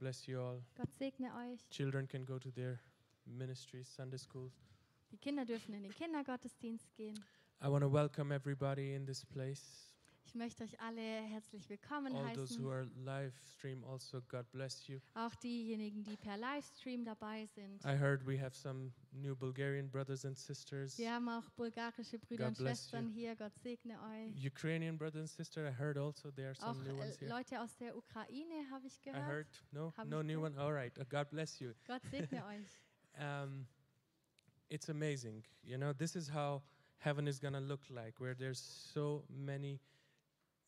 bless you all. Gott segne euch. Children can go to their ministries, Sunday schools. Die Kinder dürfen in den Kindergottesdienst gehen. I want to welcome everybody in this place. Ich möchte euch alle herzlich willkommen All those who heißen. are live stream also, God bless you. Auch diejenigen, die per Livestream dabei sind. I heard we have some new Bulgarian brothers and sisters. Wir haben auch bulgarische Brüder God und bless Schwestern hier. Gott segne euch. Ukrainian brothers and sisters, I heard also there are Auch some new äh, ones here. Leute aus der Ukraine habe ich I heard, gehört. no, Haben no wir new one. gehört. All right, uh, God bless you. Gott segne euch. Um, it's amazing. You know, this is how heaven is going to look like, where there's so many.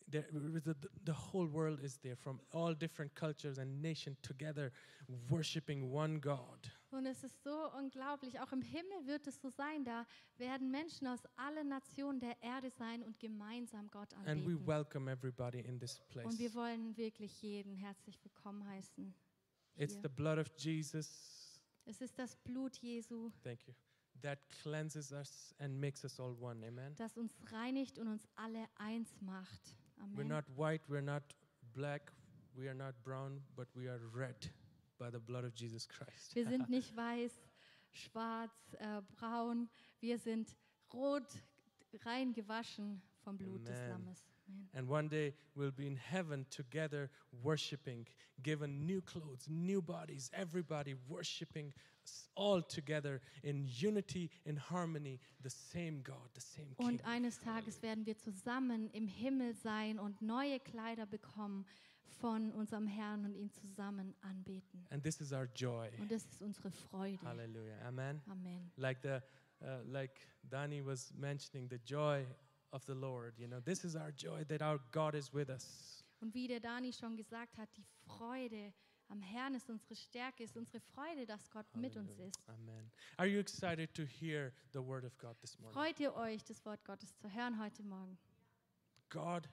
There, the, the- the whole world is there from all different cultures and nations together worshiping one God. Und es ist so unglaublich. Auch im Himmel wird es so sein. Da werden Menschen aus allen Nationen der Erde sein und gemeinsam Gott And we anbeten. welcome everybody in this place. Und wir wollen wirklich jeden herzlich willkommen heißen. It's hier. the blood of Jesus. Es ist das Blut Jesu, Thank you. That cleanses us and makes us all one. Amen. das uns reinigt und uns alle eins macht. We're Amen. not white, we're not black, we are not brown, but we are red by the blood of Jesus Christ. Wir sind nicht weiß, schwarz, äh, braun. Wir sind rot, rein gewaschen vom Blut des Amen. Lammes. Amen. And one day we'll be in heaven together worshiping, given new clothes, new bodies, everybody worshiping s- all together in unity, in harmony, the same God, the same King. Und eines Tages werden wir zusammen im Himmel sein und neue Kleider bekommen von unserem Herrn und ihn zusammen anbeten. And this is our joy. Und das ist unsere Freude. Hallelujah. Amen. Amen. Like the uh, like Dani was mentioning the joy of the Lord, you know, this is our joy that our God is with us. Und wie der Dani schon gesagt hat, die Freude am Herrn ist unsere Stärke, ist unsere Freude, dass Gott mit uns Hallelujah. ist. Amen. Are you excited to hear the word of God this morning? Freut ihr euch, das Wort Gottes zu hören heute Morgen? God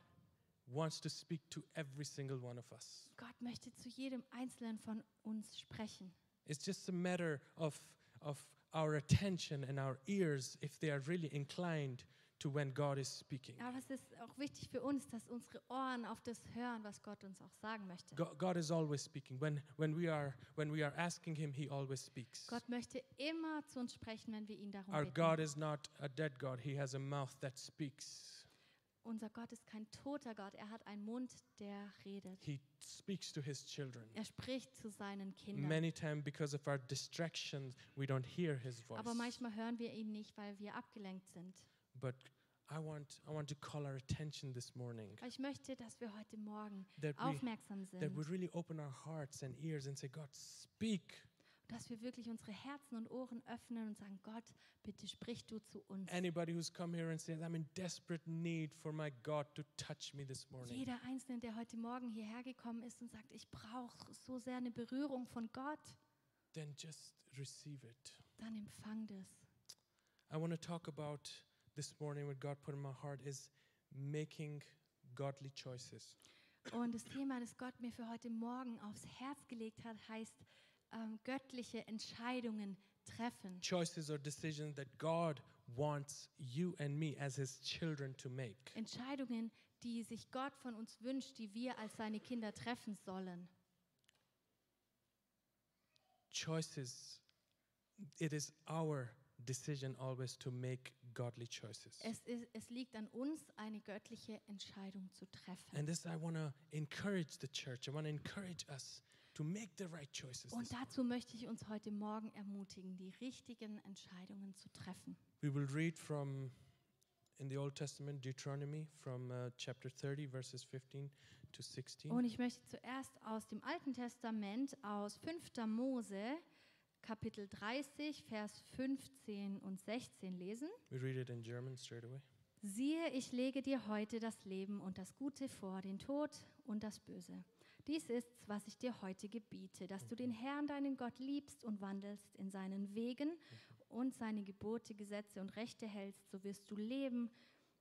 wants to speak to every single one of us. Gott möchte zu jedem Einzelnen von uns sprechen. It's just a matter of, of our attention and our ears if they are really inclined to when God is speaking. Aber es ist auch wichtig für uns, dass unsere Ohren auf das hören, was Gott uns auch sagen möchte. Go- God is always speaking. When, when, we are, when we are asking Him, He always speaks. Gott möchte immer zu uns sprechen, wenn wir ihn darum Our bitten. God is not a dead God, He has a mouth that speaks. Unser Gott ist kein toter Gott, er hat einen Mund, der redet. He speaks to His children. Er spricht zu seinen Kindern. Many times, because of our distractions, we don't hear His voice. Aber manchmal hören wir ihn nicht, weil wir abgelenkt sind. But I want, I want to call our attention this morning Aber ich möchte, dass wir heute Morgen that we, aufmerksam that we sind, really open our hearts and ears and say, God, speak. dass wir wirklich unsere Herzen und Ohren öffnen und sagen, Gott, bitte sprich du zu uns. Anybody who's come here and says, I'm in desperate need for my God to touch me this morning. Jeder Einzelne, der heute Morgen hierher gekommen ist und sagt, ich brauche so sehr eine Berührung von Gott, Then just receive it. dann empfang das. I want to talk about this morning what God put in my heart is making godly choices. Und das Thema, das Gott mir für heute Morgen aufs Herz gelegt hat, heißt ähm, göttliche Entscheidungen treffen. Choices or decisions that God wants you and me as His children to make. Entscheidungen, die sich Gott von uns wünscht, die wir als seine Kinder treffen sollen. choices it is our decision always to make godly choices Es, ist, es liegt an uns, eine göttliche Entscheidung zu treffen. and this i want to encourage the church i want to encourage us to make the right choices Und this- dazu möchte ich uns heute Morgen ermutigen, die richtigen Entscheidungen zu treffen. we will read from in the old testament deuteronomy from uh, chapter 30 verses 15 to 16 Und ich möchte zuerst aus dem Alten Testament, aus 5. Mose, Kapitel 30, Vers 15 und 16 lesen. we read it in german straight away Siehe, ich lege dir heute das Leben und das Gute vor, den Tod und das Böse. Dies ist's, was ich dir heute gebiete, dass du den Herrn, deinen Gott, liebst und wandelst in seinen Wegen und seine Gebote, Gesetze und Rechte hältst, so wirst du leben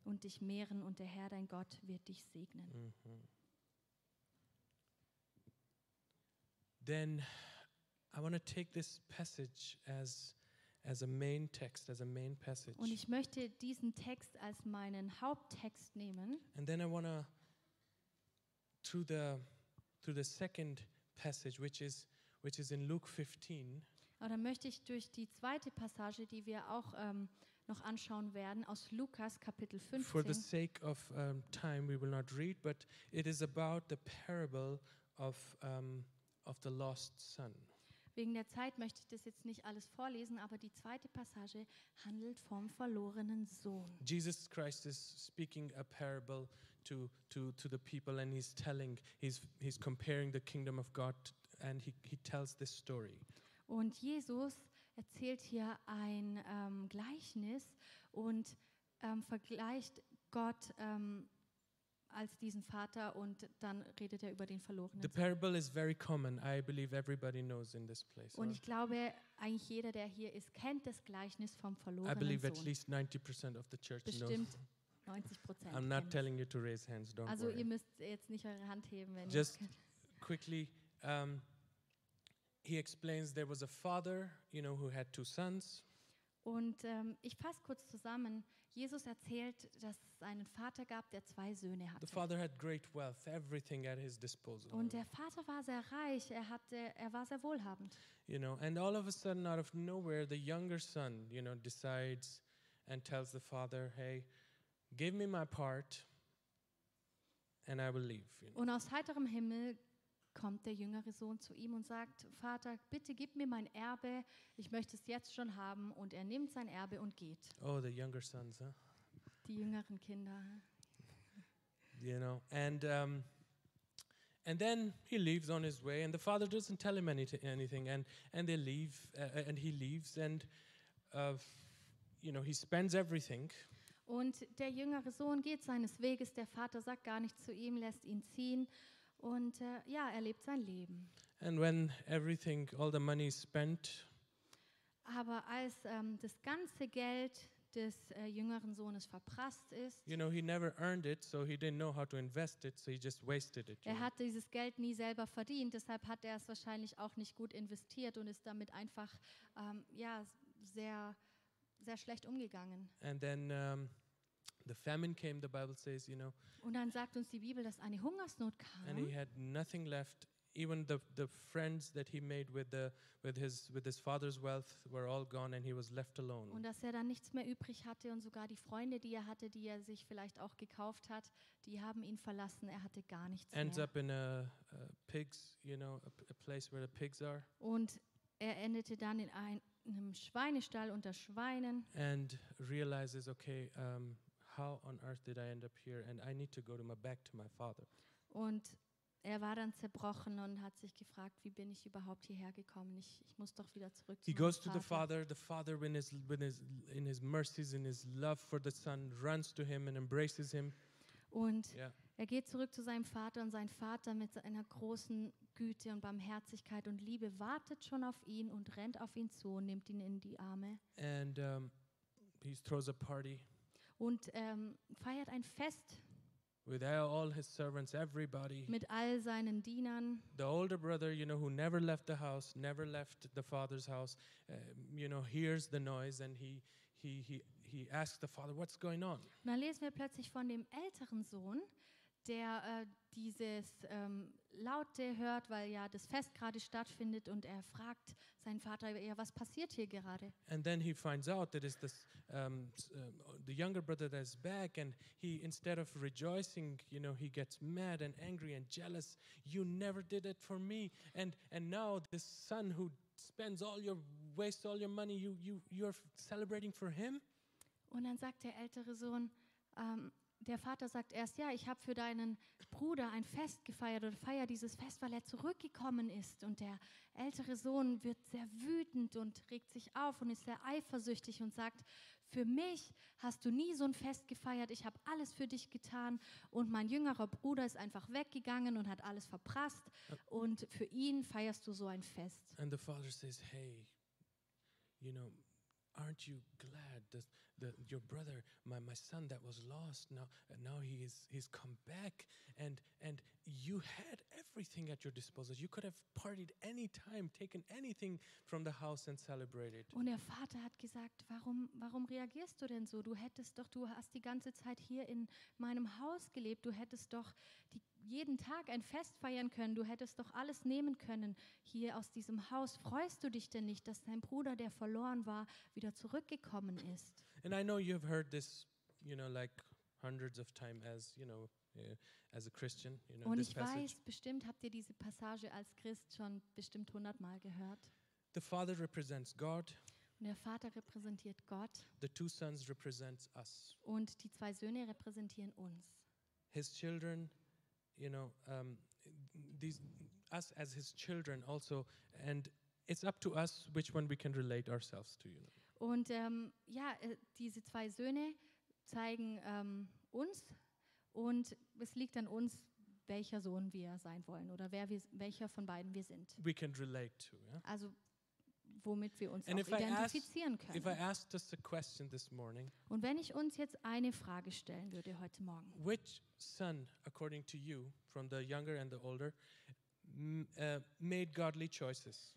und dich mehren und der Herr, dein Gott, wird dich segnen. Mm-hmm. then i want to take this passage as as a main text as a main passage Und ich möchte diesen Text als meinen Haupttext nehmen. And then I want to, through the, through the second passage, which is, which is in Luke 15, Aber dann möchte ich durch die zweite Passage, die wir auch ähm, noch anschauen werden, aus Lukas Kapitel for the 15. sake of um, time, we will not read, but it is about the parable of, um, of the lost son. Wegen der Zeit möchte ich das jetzt nicht alles vorlesen, aber die zweite Passage handelt vom verlorenen Sohn. Jesus Christ is speaking a parable to, to, to the people, and he's telling, he's, he's comparing the kingdom of God, and he, he tells this story. Und Jesus erzählt hier ein ähm, Gleichnis und ähm, vergleicht Gott ähm, als diesen Vater und dann redet er über den verlorenen The Sohn. parable is very common. I believe everybody knows in this place. Und or- ich glaube, eigentlich jeder, der hier ist, kennt das Gleichnis vom I verlorenen believe at Sohn. least 90% of the church knows. Bestimmt 90 I'm not Prozent. telling you to raise hands, don't Also worry. ihr müsst jetzt nicht eure Hand heben, wenn ihr es Just- kennt. quickly um, he explains there was a father you know who had two sons Und ähm, ich fasse kurz zusammen. Jesus erzählt, dass es einen Vater gab, der zwei Söhne the hatte. father had great wealth everything at his disposal Und er der Vater war sehr reich, er, hatte, er war sehr wohlhabend. you know and all of a sudden out of nowhere the younger son you know decides and tells the father hey give me my part and i will leave you know. Und aus heiterem Himmel kommt der jüngere Sohn zu ihm und sagt, Vater, bitte gib mir mein Erbe, ich möchte es jetzt schon haben. Und er nimmt sein Erbe und geht. oh the younger sons huh Die jüngeren Kinder. you know and um, and then he leaves on his way and the father doesn't tell him anything, anything and and they leave uh, uh, and he leaves and uh, you know he spends everything Und der jüngere Sohn geht seines Weges, der Vater sagt gar nichts zu ihm, lässt ihn ziehen. Und äh, ja, er lebt sein Leben. and when everything all the money is spent Aber als ähm, das ganze Geld des äh, jüngeren Sohnes verprasst ist, you know he never earned it so he didn't know how to invest it so he just wasted it you er know. hat dieses Geld nie selber verdient, deshalb hat er es wahrscheinlich auch nicht gut investiert und ist damit einfach ähm, ja, s- sehr, sehr schlecht umgegangen. and then um, the famine came the bible says you know Und dann sagt uns die Bibel, dass eine Hungersnot and he kam had nothing left even the, the friends that he made with the with his with his father's wealth were all gone and he was left alone und dass er dann nichts mehr übrig hatte und sogar die Freunde, die er hatte, die er sich vielleicht auch gekauft hat, die haben ihn verlassen, er hatte gar nichts ends mehr. up in a, a pigs you know a, p- a place where the pigs are Und er endete dann in ein- einem Schweinestall unter Schweinen. and realizes okay um, how on earth did i end up here and i need to go to my back to my father Und er war dann zerbrochen und hat sich gefragt, wie bin ich überhaupt hierher gekommen? Ich, ich muss doch wieder zurück zu he meinem goes to the Vater. father the father in his, in his in his mercies in his love for the son runs to him and embraces him Und yeah er geht zurück zu seinem Vater und sein Vater mit seiner großen Güte und Barmherzigkeit und Liebe wartet schon auf ihn und rennt auf ihn zu und nimmt ihn in die Arme and um, he throws a party und ähm, feiert ein Fest with all his servants everybody mit all seinen Dienern. the older brother, you know, who never left the house, never left the father's house, uh, you know, hears the noise and he he he he asks the father, "What's going on?" Und dann lesen wir plötzlich von dem älteren Sohn, der äh, dieses ähm, Laute hört, weil ja das Fest gerade stattfindet und er fragt seinen Vater, ja, was passiert hier gerade? And then he finds out that it's this um, s- um, the younger brother that's back, and he instead of rejoicing, you know, he gets mad and angry and jealous. You never did it for me, and and now this son who spends all your wastes all your money, you you you're f- celebrating for him. Und dann sagt der ältere Sohn, ähm, der Vater sagt erst, ja, ich habe für deinen Bruder ein Fest gefeiert oder feier dieses Fest, weil er zurückgekommen ist. Und der ältere Sohn wird sehr wütend und regt sich auf und ist sehr eifersüchtig und sagt, für mich hast du nie so ein Fest gefeiert, ich habe alles für dich getan und mein jüngerer Bruder ist einfach weggegangen und hat alles verprasst und für ihn feierst du so ein Fest. And the father says, Hey, you know, aren't you glad that, that your brother, my, my son that was lost, now and now he is he's come back and and you had everything at your disposal. You could have partied any time, taken anything from the house and celebrated. Und der Vater hat gesagt, warum, warum reagierst du denn so? Du hättest doch, du hast die ganze Zeit hier in meinem Haus gelebt, du hättest doch die jeden Tag ein Fest feiern können. Du hättest doch alles nehmen können hier aus diesem Haus. Freust du dich denn nicht, dass dein Bruder, der verloren war, wieder zurückgekommen ist? And I know you've heard this, you know, like hundreds of times as, you know, uh, as a Christian, you know, Und this ich passage. weiß, bestimmt habt ihr diese Passage als Christ schon bestimmt hundertmal gehört. The Father represents God, Und der Vater repräsentiert Gott the two sons represents us. und die zwei Söhne repräsentieren uns. His children, you know, um, these us as his children also and it's up to us which one we can relate ourselves to, you know. Und ähm, ja, äh, diese zwei Söhne zeigen ähm, uns und es liegt an uns, welcher Sohn wir sein wollen oder wer wir, welcher von beiden wir sind. We can relate to, yeah. Also womit wir uns And auch if I ask- identifizieren If I können. asked us a question this morning, Und wenn ich uns jetzt eine Frage stellen würde heute Morgen, which son, according to you, from the younger and the older, m- uh, made godly choices?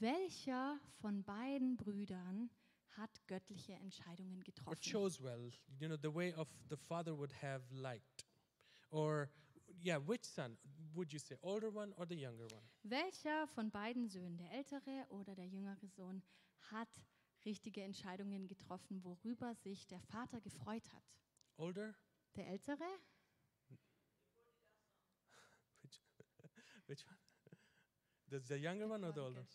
welcher von beiden Brüdern hat göttliche Entscheidungen or getroffen? chose well, you know, the way of the father would have liked. Or, yeah, which son would you say, older one or the younger one? Welcher von beiden Söhnen, der ältere oder der jüngere Sohn, hat richtige Entscheidungen getroffen, worüber sich der Vater gefreut hat? Older? Der ältere? Which, which one? The, the younger one or the older?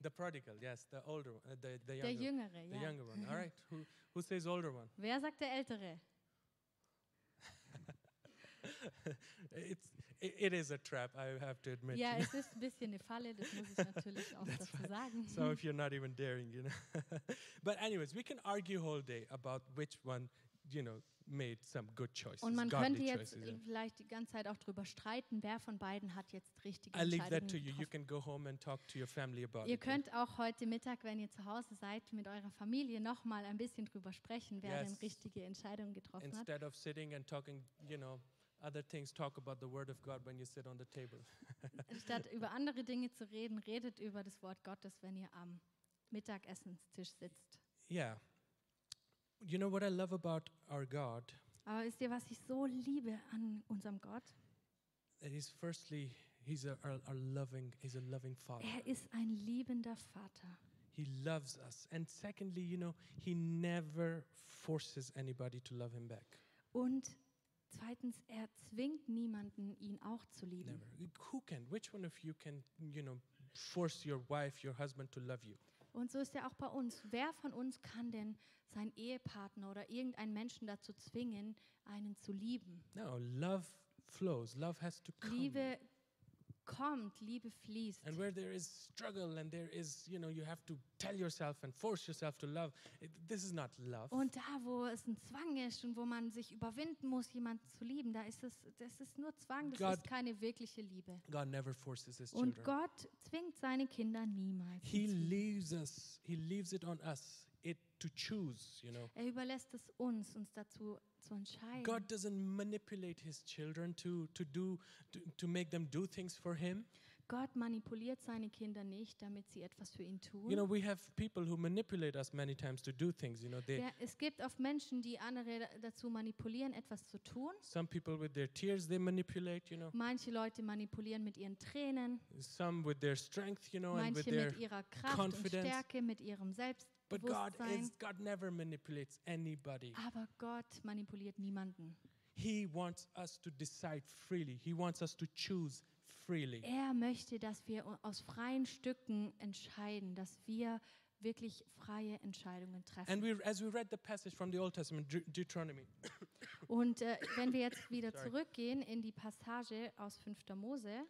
The prodigal, yes, the older one, uh, the, the younger Der one. jüngere, The ja. younger one. All right. Who, who says older one? Wer sagt der ältere? It's, it, it is a trap, I have to admit. Ja, es ist ein bisschen eine Falle, das muss ich natürlich auch That's dazu sagen. so if you're not even daring, you know. but anyways, we can argue whole day about which one, you know, made some good choices, Und man könnte godly jetzt choices. yeah. vielleicht die ganze Zeit auch drüber streiten, wer von beiden hat jetzt richtige I leave that Entscheidungen to you. You getroffen. can go home and talk to your family about Ihr it. yeah. könnt auch heute Mittag, wenn ihr zu Hause seid, mit eurer Familie nochmal ein bisschen drüber sprechen, wer denn Yes. richtige Entscheidungen getroffen hat. Instead of sitting and talking, you know, other things, talk about the Word of God when you sit on the table. Statt über andere Dinge zu reden, redet über das Wort Gottes, wenn ihr am Mittagessenstisch sitzt. Yeah. You know what I love about our God Aber wisst ihr, was ich so liebe an unserem Gott? that He's firstly He's a, our, our loving He's a loving Father. Er ist ein liebender Vater. He loves us, and secondly, you know, He never forces anybody to love Him back. Und zweitens, er zwingt niemanden, ihn auch zu lieben. Never. Who can? Which one of you can? You know, force your wife, your husband to love you? Und so ist er auch bei uns. Wer von uns kann denn seinen Ehepartner oder irgendeinen Menschen dazu zwingen, einen zu lieben? No. Love flows. Love has to come. Liebe kommt, Liebe fließt. And where there is struggle and there is, you know, you have to tell yourself and force yourself to love, it, this is not love. Und da, wo es ein Zwang ist und wo man sich überwinden muss, jemanden zu lieben, da ist es, das ist nur Zwang, das Gott- ist keine wirkliche Liebe. God never forces his Und children. Gott zwingt seine Kinder niemals. he dazu. leaves us, he leaves it on us, it to choose, you know. Er überlässt es uns, uns dazu zu entscheiden. God doesn't manipulate his children to, to do to, to make them do things for him. Gott manipuliert seine Kinder nicht, damit sie etwas für ihn tun. You know, we have people who manipulate us many times to do things, you know, they ja, es gibt oft Menschen, die andere da- dazu manipulieren, etwas zu tun. some people with their tears they manipulate, you know. Manche Leute manipulieren mit ihren Tränen, Some with their strength, you know, and with manche their mit ihrer Kraft und confidence. Stärke, mit ihrem But God Selbstbewusstsein. is God never manipulates anybody. Aber Gott manipuliert niemanden. He wants us to decide freely. He wants us to choose freely. Er möchte, dass wir u- aus freien Stücken entscheiden, dass wir wirklich freie Entscheidungen And treffen. we, as we read the passage from the Old Testament, De- Deuteronomy, Und äh, wenn wir jetzt wieder Sorry. zurückgehen in die Passage aus 5. Mose,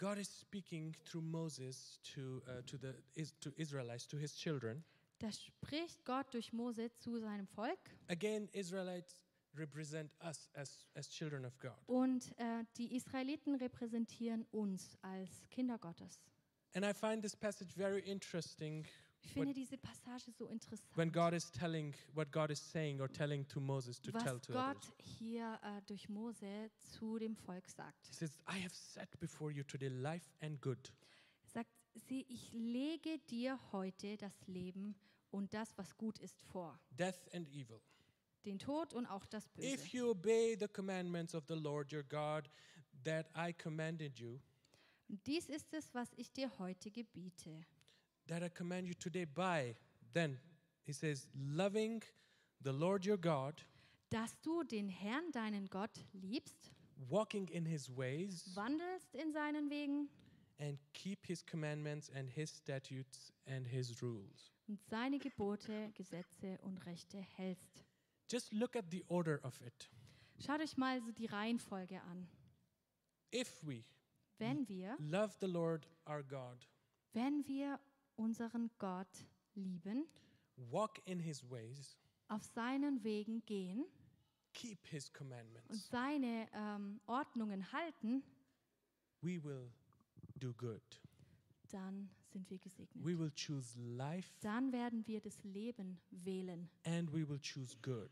God is speaking through Moses to uh, to the is, to Israelites, to his children. da spricht Gott durch Mose zu seinem Volk. Again, Israelites represent us as as children of God. Und äh, die Israeliten repräsentieren uns als Kinder Gottes. And I find this passage very interesting Ich finde diese Passage so when interessant, God is telling what God is saying or telling to Moses to tell was to others. Gott hier äh, durch Mose zu dem Volk sagt. He says, "I have set before you today life and good." sagt sie, ich lege dir heute das Leben und das, was gut ist, vor. death and evil. den Tod und auch das Böse. If you obey the commandments of the Lord your God that I commanded you, Und dies ist es, was ich dir heute gebiete. that I command you today by, then he says, loving the Lord your God, Dass du den Herrn, deinen Gott, liebst, walking in his ways, wandelst in seinen Wegen and keep his commandments and his statutes and his rules. und seine Gebote, Gesetze und Rechte hältst. Just look at the order of it. Schaut euch mal so die Reihenfolge an. If we Wenn wir, love the Lord our God, wenn wir unseren Gott lieben, walk in his ways, auf seinen Wegen gehen keep his und commandments, seine ähm, Ordnungen halten, we will do good. dann sind wir We gesegnet. will choose life Dann werden wir das Leben wählen. and we will choose good.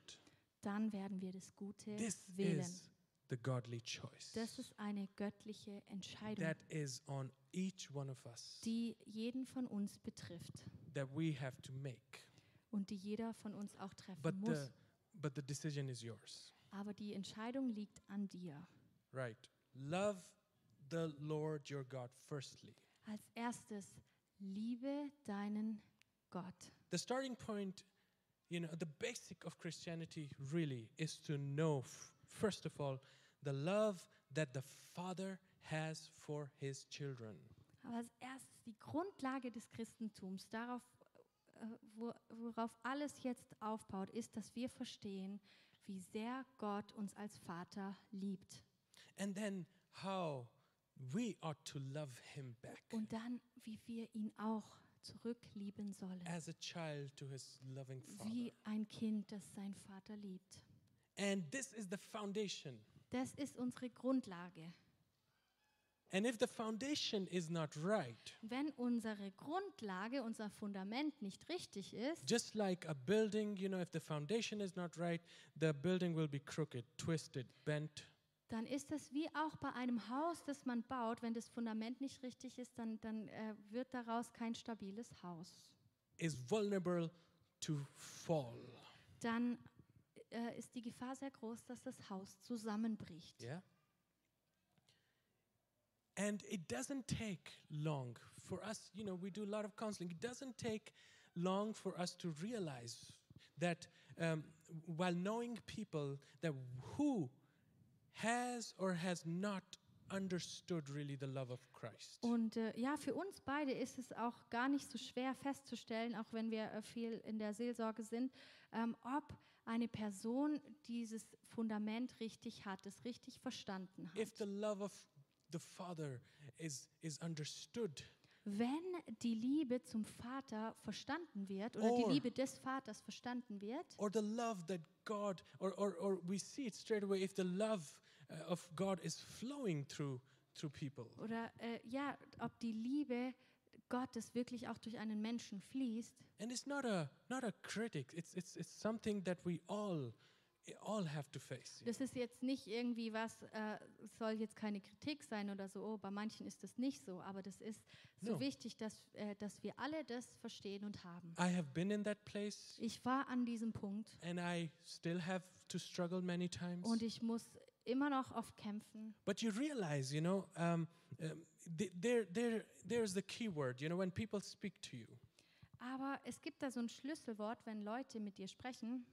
Dann werden wir das Gute This wählen. is the godly choice. Das ist eine göttliche Entscheidung, that is on each one of us die jeden von uns betrifft that we have to make. und die jeder von uns auch treffen But uh, the muss. but the decision is yours. Aber die Entscheidung liegt an dir. Right. Love the Lord your God firstly. Als erstes, liebe deinen Gott. The starting point, you know, the basic of Christianity really is to know f- first of all the love that the Father has for his children. Aber als erstes die Grundlage des Christentums, darauf, äh, wo- worauf alles jetzt aufbaut, ist, dass wir verstehen, wie sehr Gott uns als Vater liebt. And then how we ought to love him back Und dann, wie wir ihn auch zurücklieben sollen. as a child to his loving Father. Wie ein Kind, das seinen Vater liebt. And this is the foundation. Das ist unsere Grundlage. And if the foundation is not right, Wenn unsere Grundlage, unser Fundament nicht richtig ist, just like a building, you know, if the foundation is not right, the building will be crooked, twisted, bent. dann ist das wie auch bei einem Haus, das man baut. Wenn das Fundament nicht richtig ist, dann, dann äh, wird daraus kein stabiles Haus. is vulnerable to fall. Dann äh, ist die Gefahr sehr groß, dass das Haus zusammenbricht. Yeah? And it doesn't take long for us, you know, we do a lot of counseling. It doesn't take long for us to realize that um, while knowing people that who has or has not understood really the love of Christ. Und äh, ja, für uns beide ist es auch gar nicht so schwer festzustellen, auch wenn wir äh, viel in der Seelsorge sind, ähm, ob eine Person dieses Fundament richtig hat, es richtig verstanden hat. If the love of the Father is is understood, Wenn die Liebe zum Vater verstanden wird oder Or- die Liebe des Vaters verstanden wird or the love that God, or, or, or we see it straight away if the love uh, of God is flowing through through people. oder äh, ja, ob die Liebe Gottes wirklich auch durch einen Menschen fließt, And it's not a not a critic. It's it's it's something that we all all have to face. you das ist jetzt nicht irgendwie was, äh, es soll jetzt keine Kritik sein oder so, oh, bei manchen ist das nicht so, aber das ist so No. wichtig, dass, äh, dass wir alle das verstehen und haben. know. I have been in that place, Ich war an diesem Punkt and I still have to struggle many times. und ich muss immer noch oft kämpfen. But you realize, you know, um, um, th- there there there's the key word. You know, when people speak to you, Aber es gibt da so ein Schlüsselwort, wenn Leute mit dir sprechen,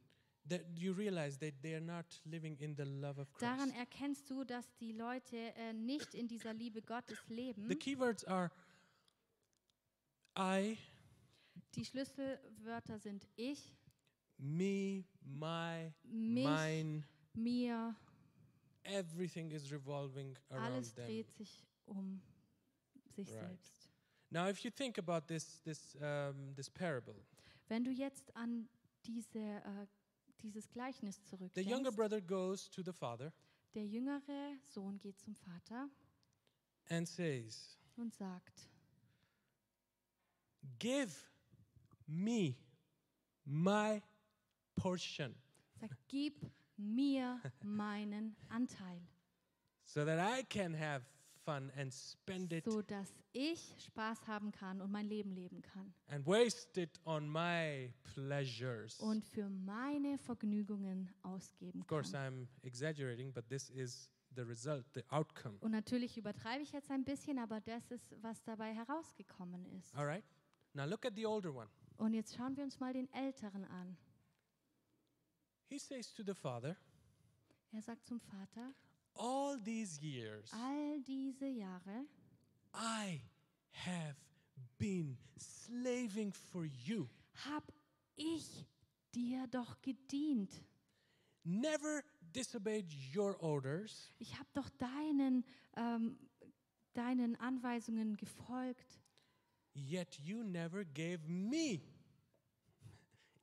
that you realize that they are not living in the love of Christ. Daran erkennst du, dass die Leute äh, nicht in dieser Liebe Gottes leben. The keywords are I, Die Schlüsselwörter sind ich, me, my, Mich. mine. mir, Everything is revolving around alles them. dreht sich um sich Right. selbst. Now, if you think about this this um, this parable, Wenn du jetzt an diese, äh, dieses Gleichnis the younger zurückdenkst, brother goes to the father der jüngere Sohn geht zum Vater and says, und sagt, "Give me my portion, sagt gib mir meinen Anteil, so that I can have fun and spend it so dass ich Spaß haben kann und mein Leben leben kann and waste it on my pleasures. und für meine Vergnügungen ausgeben of course, I'm kann. exaggerating, but this is the result, the outcome. Und natürlich übertreibe ich jetzt ein bisschen, aber das ist, was dabei herausgekommen ist. All right? Now look at the older one. Und jetzt schauen wir uns mal den Älteren an. He says to the father, Er sagt zum Vater, All these years all diese Jahre I have been slaving for you, habe ich dir doch gedient. never disobeyed your orders, Ich habe doch deinen, ähm, deinen Anweisungen gefolgt. yet you never gave me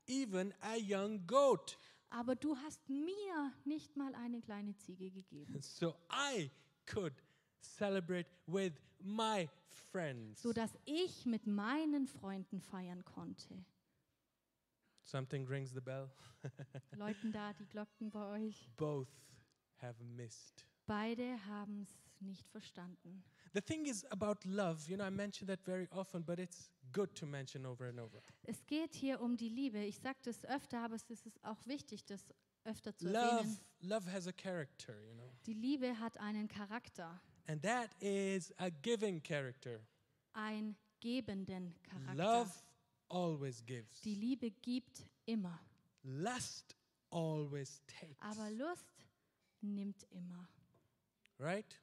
even a young goat. Aber du hast mir nicht mal eine kleine Ziege gegeben, So I could celebrate with my friends. so dass ich mit meinen Freunden feiern konnte. Something rings the bell. Läuten da die Glocken bei euch? Both have missed. Beide haben es nicht verstanden. The thing is about love, you know, I mention that very often, but it's good to mention over and over. Es geht hier um die Liebe. Ich sage das öfter, aber es ist auch wichtig, das öfter zu Love, erwähnen. love has a character, you know, Die Liebe hat einen Charakter, and that is a giving character. einen gebenden Charakter. Love always gives. Die Liebe gibt immer, Lust always takes. aber Lust nimmt immer. Right?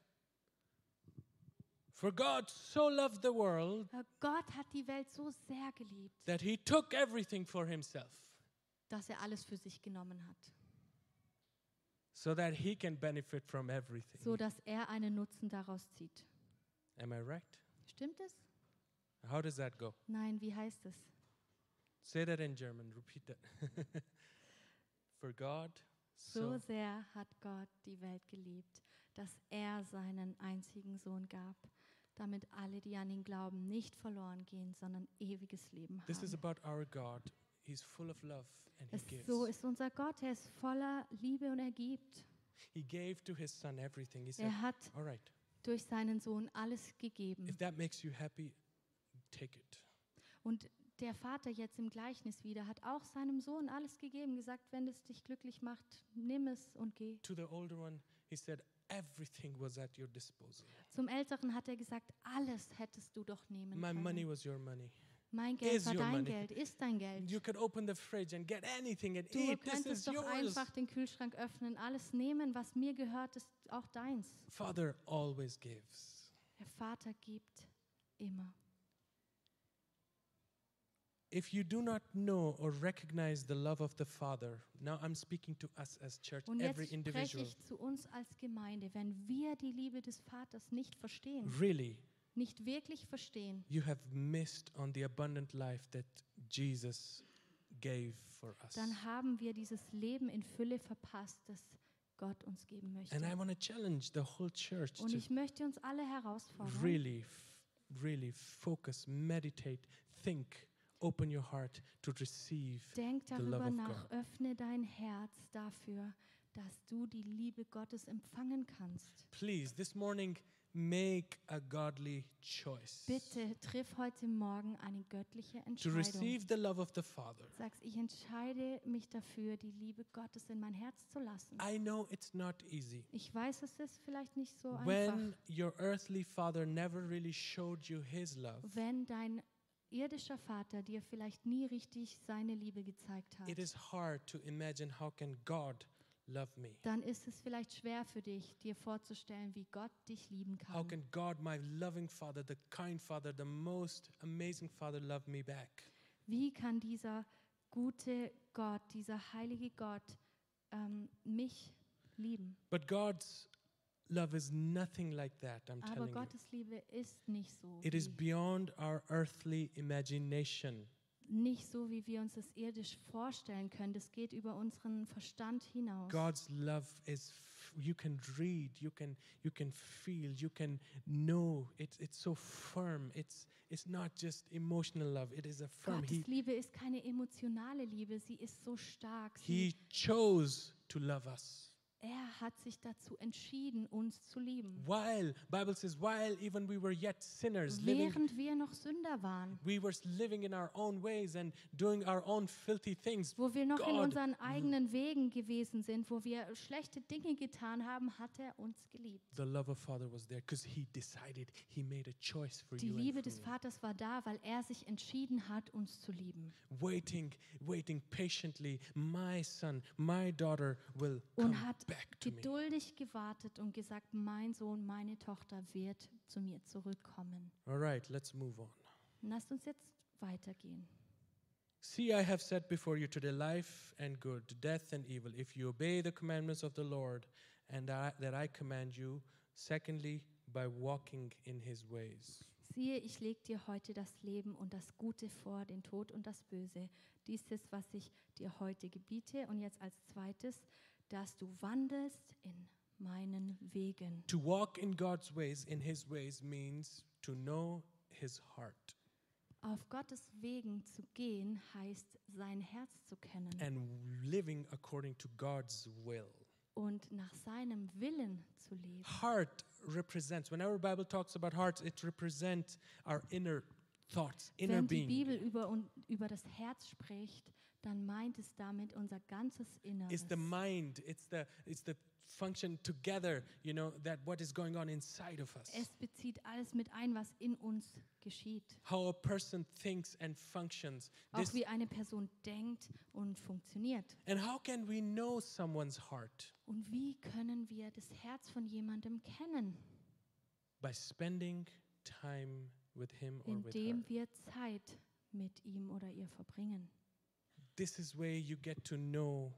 For God so loved the world Äh, Gott hat die Welt so sehr geliebt, that he took everything for himself dass er alles für sich genommen hat, so that he can benefit from everything. so dass er einen Nutzen daraus zieht. Am I right? Stimmt es? How does that go? Nein, wie heißt es? Say that in German. Repeat that. For God So so, sehr hat Gott die Welt geliebt, dass er seinen einzigen Sohn gab, damit alle, die an ihn glauben, nicht verloren gehen, sondern ewiges Leben This is haben. about our God. He's full of love and Es, he gives. so ist unser Gott, er ist voller Liebe und er gibt. he gave to his son everything. He said, Er hat "All right. durch seinen Sohn alles gegeben. If that makes you happy, take it." Und der Vater jetzt im Gleichnis wieder hat auch seinem Sohn alles gegeben, gesagt, wenn es dich glücklich macht, nimm es und geh. To the older one, he said, "Everything was at your disposal. Zum Älteren hat er gesagt, alles hättest du doch nehmen My money können. was your money. Mein Geld is war your dein money. Geld, ist dein Geld. You could open the fridge and get anything and Du eat. This is könntest doch yours." einfach den Kühlschrank öffnen, alles nehmen, was mir gehört, ist auch deins. Father always gives. Der Vater gibt immer. If you do not know or recognize the love of the Father, now I'm speaking to us as church, Und every jetzt spreche individual. ich zu uns als Gemeinde. Wenn wir die Liebe des Vaters nicht verstehen, Really, nicht wirklich verstehen, you have missed on the abundant life that Jesus gave for us. dann haben wir dieses Leben in Fülle verpasst, das Gott uns geben And I möchte. want to challenge the whole church Und to ich möchte uns alle herausfordern, really, f- really focus, meditate, think, open your heart to receive. denk the love darüber of nach, God. öffne dein Herz dafür, dass du die Liebe Gottes empfangen kannst. Please, this morning, make a godly choice Bitte triff heute Morgen eine göttliche to Entscheidung. receive the love of the Father. Sagst, ich entscheide mich dafür, die Liebe Gottes in mein Herz zu lassen. I know it's not easy. Ich weiß, es ist vielleicht nicht so einfach, When your earthly father never really showed you his love, wenn dein irdischer Vater dir vielleicht nie richtig seine Liebe gezeigt hat. it is hard to imagine how can God love me? Dann ist es vielleicht schwer für dich, dir vorzustellen, wie Gott dich lieben How can kann. God, my loving father, the kind father, the most amazing father, love me back? Wie kann dieser gute Gott, dieser heilige Gott ähm, mich lieben? But God's love is nothing like that, I'm Aber telling you. Gottes Liebe ist nicht so. It is wie- beyond our earthly imagination. nicht so, wie wir uns das irdisch vorstellen können. Das geht über unseren Verstand hinaus. God's love is f- you can read, you can you can feel, you can know. It's it's so firm. It's it's not just emotional love. It is a firm. Gottes He Liebe ist keine emotionale Liebe, sie ist so stark. Sie, he chose to love us. Er hat sich dazu entschieden, uns zu lieben. While Bible says, while even we were yet sinners, living Während wir noch Sünder waren, we were living in our own ways and doing our own filthy things. wo wir noch in God unseren eigenen Wegen gewesen sind, wo wir schlechte Dinge getan haben, hat er uns geliebt. The love of Father was there because He decided He made a choice for Die you. and for Liebe des me. Vaters war da, weil er sich entschieden hat, uns zu lieben. waiting, waiting patiently, my son, my daughter will come Und hat back to me. geduldig gewartet und gesagt, mein Sohn, meine Tochter wird zu mir zurückkommen. All right, let's move on. Lasst uns jetzt weitergehen. See, I have set before you today life and good, death and evil. If you obey the commandments of the Lord and I, that I command you, secondly, by walking in his ways. Siehe, ich lege dir heute das Leben und das Gute vor, den Tod und das Böse. Dies ist, was ich dir heute gebiete. Und jetzt als zweites, dass du wandelst in meinen Wegen. To walk in God's ways, in his ways, means to know his heart Auf Gottes Wegen zu gehen, heißt, sein Herz zu kennen and living according to God's will. und nach seinem Willen zu leben. Heart represents, whenever Bible talks about hearts, it represents our inner thoughts, inner Wenn die being. Bibel über, un, über das Herz spricht, dann meint es damit unser ganzes it's Inneres. the mind it's the it's the function together you know that what is going on inside of us Es bezieht alles mit ein, was in uns geschieht. how a person thinks and functions Auch this wie eine Person denkt und funktioniert. and how can we know someone's heart Und wie können wir das Herz von jemandem kennen, by spending time with him or with her indem wir Zeit mit ihm oder ihr verbringen? this is where you get to know